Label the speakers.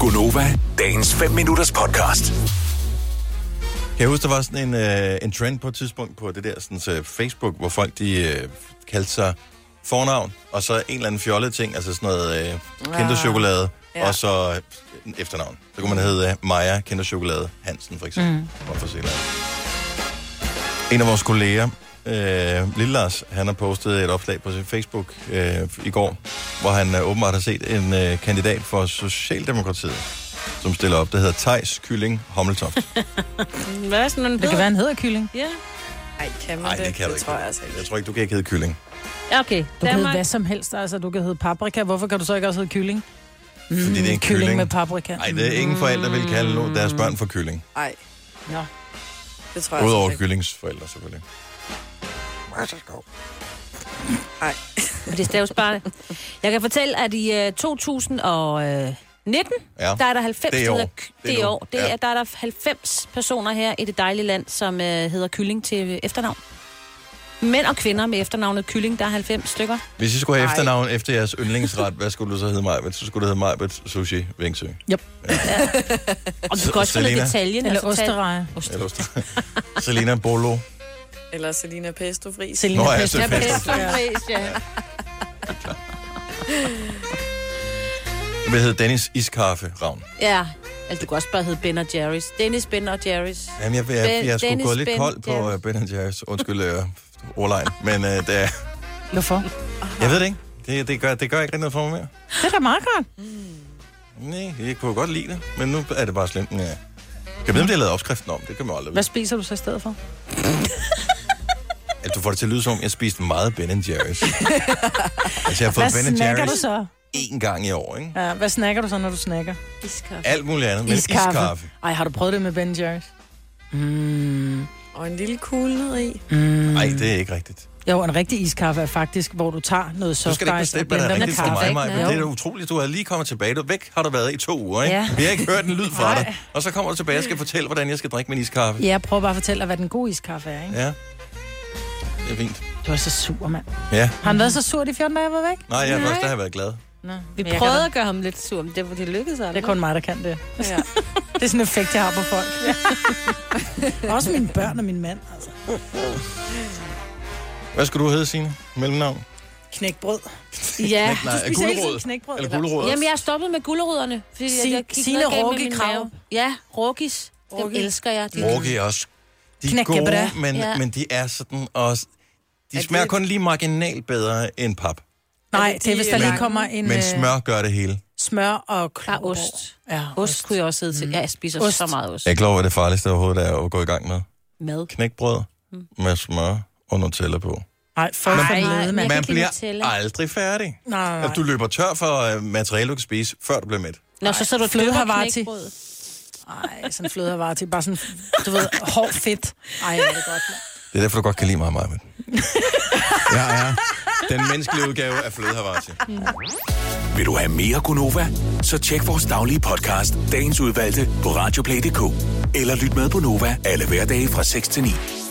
Speaker 1: Gunova, dagens 5 minutters podcast.
Speaker 2: Kan jeg huske, der var sådan en, øh, en trend på et tidspunkt på det der sådan, så Facebook, hvor folk de øh, kaldte sig fornavn, og så en eller anden fjollet ting, altså sådan noget øh, kinderchokolade,
Speaker 3: Ja.
Speaker 2: og så øh, efternavn. Så kunne man hedde øh, Maja Kinderchokolade Hansen, for eksempel. Mm. For se en af vores kolleger, øh, Lille Lars, han har postet et opslag på sin Facebook øh, i går, hvor han øh, åbenbart har set en øh, kandidat for Socialdemokratiet, som stiller op, der hedder Tejs Kylling Hommeltoft.
Speaker 3: Hvad er sådan en
Speaker 4: Det kan være, en hedder kylling.
Speaker 3: Ja. Ej, kan man
Speaker 2: Nej,
Speaker 3: det?
Speaker 2: det kan
Speaker 3: det
Speaker 2: du ikke.
Speaker 3: tror jeg altså ikke. Mm,
Speaker 2: Jeg tror ikke, du kan ikke hedde kylling.
Speaker 3: Ja, Okay,
Speaker 4: Du kan hedde
Speaker 3: Danmark.
Speaker 4: hvad som helst, altså du kan hedde paprika. Hvorfor kan du så ikke også hedde kylling?
Speaker 2: Mm, fordi det er en
Speaker 4: Kylling,
Speaker 2: kylling.
Speaker 4: med paprika.
Speaker 2: Nej, det er ingen forældre, vil kalde no- deres børn for kylling.
Speaker 3: Mm. Ej,
Speaker 4: Nå.
Speaker 3: det tror jeg
Speaker 2: Udover
Speaker 3: altså ikke.
Speaker 2: kyllings forældre, selvfølgelig.
Speaker 3: Ej.
Speaker 5: For det staves bare. Jeg kan fortælle, at i øh, 2019,
Speaker 2: Ja.
Speaker 5: øh, der er der 90
Speaker 2: Det er i år.
Speaker 5: hedder-
Speaker 2: Det er
Speaker 5: det er i
Speaker 2: nu.
Speaker 5: år. Det
Speaker 2: Ja.
Speaker 5: er, der er der 90 personer her i det dejlige land, som øh, hedder Kylling til efternavn. Mænd og kvinder med efternavnet Kylling, der er 90 stykker.
Speaker 2: Hvis I skulle have
Speaker 3: Ej.
Speaker 2: efternavn efter jeres yndlingsret, hvad skulle du så hedde Majbet? Så skulle du hedde Majbet Sushi Vingsø.
Speaker 5: Og
Speaker 2: Så-
Speaker 5: du kan også finde
Speaker 2: Selena.
Speaker 5: detaljen.
Speaker 4: Eller
Speaker 5: altså, tal-
Speaker 4: ostereje.
Speaker 2: Eller også- Selena Bolo. altså,
Speaker 3: Eller Selina Pesto Fris.
Speaker 4: Selina
Speaker 2: Nå, ja,
Speaker 4: Pesto.
Speaker 2: selvfølgelig. Jeg vil hedde Dennis Iskaffe Ravn.
Speaker 5: Ja, altså du kan også bare hedde Ben og Jerry's. Dennis, Ben og Jerry's.
Speaker 2: Jamen, jeg, jeg, jeg, jeg skulle
Speaker 5: Dennis
Speaker 2: gå lidt
Speaker 5: Ben
Speaker 2: kold på
Speaker 5: Jerry's.
Speaker 2: uh, Ben Jerry's. Undskyld, uh, ordlejen. Men uh, det er,
Speaker 4: Hvorfor?
Speaker 2: jeg ved det ikke. Det, det, gør, det gør ikke rigtig noget for mig mere.
Speaker 4: Det er da meget godt.
Speaker 2: Nej, jeg kunne godt lide det, men nu er det bare slemt. Ja. Jeg ved, om de har lavet opskriften om. Det kan man aldrig vide.
Speaker 4: Hvad spiser du så i stedet for?
Speaker 2: at du får det til at lyde som, om, jeg spiste meget Ben Jerry's. altså, jeg har
Speaker 4: Hvad
Speaker 2: fået Ben
Speaker 4: snakker du
Speaker 2: Jerry's
Speaker 4: så?
Speaker 2: én gang i år, ikke?
Speaker 4: Ja, hvad snakker du så, når du snakker?
Speaker 5: Iskaffe.
Speaker 2: Alt muligt andet, men iskaffe. iskaffe.
Speaker 4: Ej, har du prøvet det med Ben Jerry's?
Speaker 3: Og en lille kugle ned i.
Speaker 4: Mm.
Speaker 2: Nej, det er ikke rigtigt.
Speaker 4: Jo, en rigtig iskaffe er faktisk, hvor du tager noget
Speaker 2: Du skal da ikke
Speaker 4: softice
Speaker 2: bestemme,
Speaker 4: og
Speaker 2: hvad der
Speaker 4: blander
Speaker 2: er
Speaker 4: med
Speaker 2: rigtigt for
Speaker 4: kaffe.
Speaker 2: mig,
Speaker 5: ikke?
Speaker 2: Maja, men
Speaker 5: Jo.
Speaker 2: det er da utroligt. Du er lige kommet tilbage. Du væk har du været i to uger, ikke?
Speaker 5: Ja.
Speaker 2: Vi har ikke hørt en lyd fra dig. Og så kommer du tilbage og skal fortælle, hvordan jeg skal drikke min iskaffe.
Speaker 4: Ja, prøv bare at fortælle dig, hvad den gode iskaffe er, ikke?
Speaker 2: Ja. Det er fint.
Speaker 4: Du er så sur, mand.
Speaker 2: Ja.
Speaker 4: Har han været så sur de 14 dage, jeg var væk?
Speaker 2: Nej, jeg har også der har jeg været glad.
Speaker 4: Nå,
Speaker 5: Vi
Speaker 4: men jeg
Speaker 5: prøvede
Speaker 4: kan
Speaker 5: at gøre ham lidt sur, men det, det lykkedes
Speaker 4: da-
Speaker 5: aldrig.
Speaker 4: Det er kun mig, der kan det.
Speaker 3: Ja.
Speaker 4: Det er sådan en effekt, jeg har på folk. Også mine børn og min mand, altså.
Speaker 2: Hvad skulle du hedde, Signe? Mellemnavn?
Speaker 4: Knækbrød.
Speaker 5: Ja.
Speaker 2: Nej,
Speaker 4: spiser hele tiden knækbrød,
Speaker 2: Eller
Speaker 4: eller?
Speaker 2: gulerod.
Speaker 5: Jamen, jeg er stoppet med gulerødderne. Fordi
Speaker 4: Si-
Speaker 5: jeg, jeg gik
Speaker 4: Signe
Speaker 5: ned igennem
Speaker 4: Rocky
Speaker 5: i min
Speaker 4: Krav.
Speaker 5: mave. Ja, Rokis. Dem
Speaker 4: Rocky.
Speaker 5: elsker jeg. De
Speaker 2: Morke er også. De er
Speaker 4: Knækkebrød.
Speaker 2: gode, men, ja.
Speaker 5: Ja.
Speaker 2: men de er sådan også... De smager
Speaker 3: det-
Speaker 2: kun lige marginalt bedre end pap.
Speaker 4: Nej,
Speaker 3: det
Speaker 4: det er, hvis der
Speaker 3: de-
Speaker 4: lige kommer en
Speaker 2: Men
Speaker 4: øh,
Speaker 2: smør gør det hele.
Speaker 4: smør og klog.
Speaker 5: Bare ost.
Speaker 4: Ja, Mm.
Speaker 5: Ost kunne jeg også sidde til. Ja, jeg spiser
Speaker 4: Ost.
Speaker 5: så meget ost.
Speaker 2: Jeg er klar over, at det farligste overhovedet er at gå i gang med.
Speaker 5: Mad.
Speaker 2: Knækbrød med smør og Nutella på.
Speaker 4: Nej, for
Speaker 5: nej,
Speaker 4: fanden
Speaker 5: men-
Speaker 4: mand.
Speaker 5: kan
Speaker 2: Man
Speaker 5: ikke lide
Speaker 2: bliver
Speaker 5: Nutella.
Speaker 2: aldrig færdig.
Speaker 4: Nej, nej,
Speaker 2: At du løber tør for øh, materiale, du kan spise, før du bliver mæt.
Speaker 5: Nå, så så du
Speaker 4: fløde
Speaker 5: døber
Speaker 4: Havarti.
Speaker 5: knækbrød.
Speaker 4: nej. Ej, sådan fløde var til. Bare sådan, du ved, hård fedt. Ej, hvor er det godt. mand.
Speaker 2: Det er derfor, du godt kan lide mig, Maja. Jeg er den menneskelige udgave af flødehavarti.
Speaker 1: Vil du have mere Gunova? Så tjek vores daglige podcast, dagens udvalgte, på radioplay.dk. Eller lyt med på Nova alle hverdage fra 6 til 9.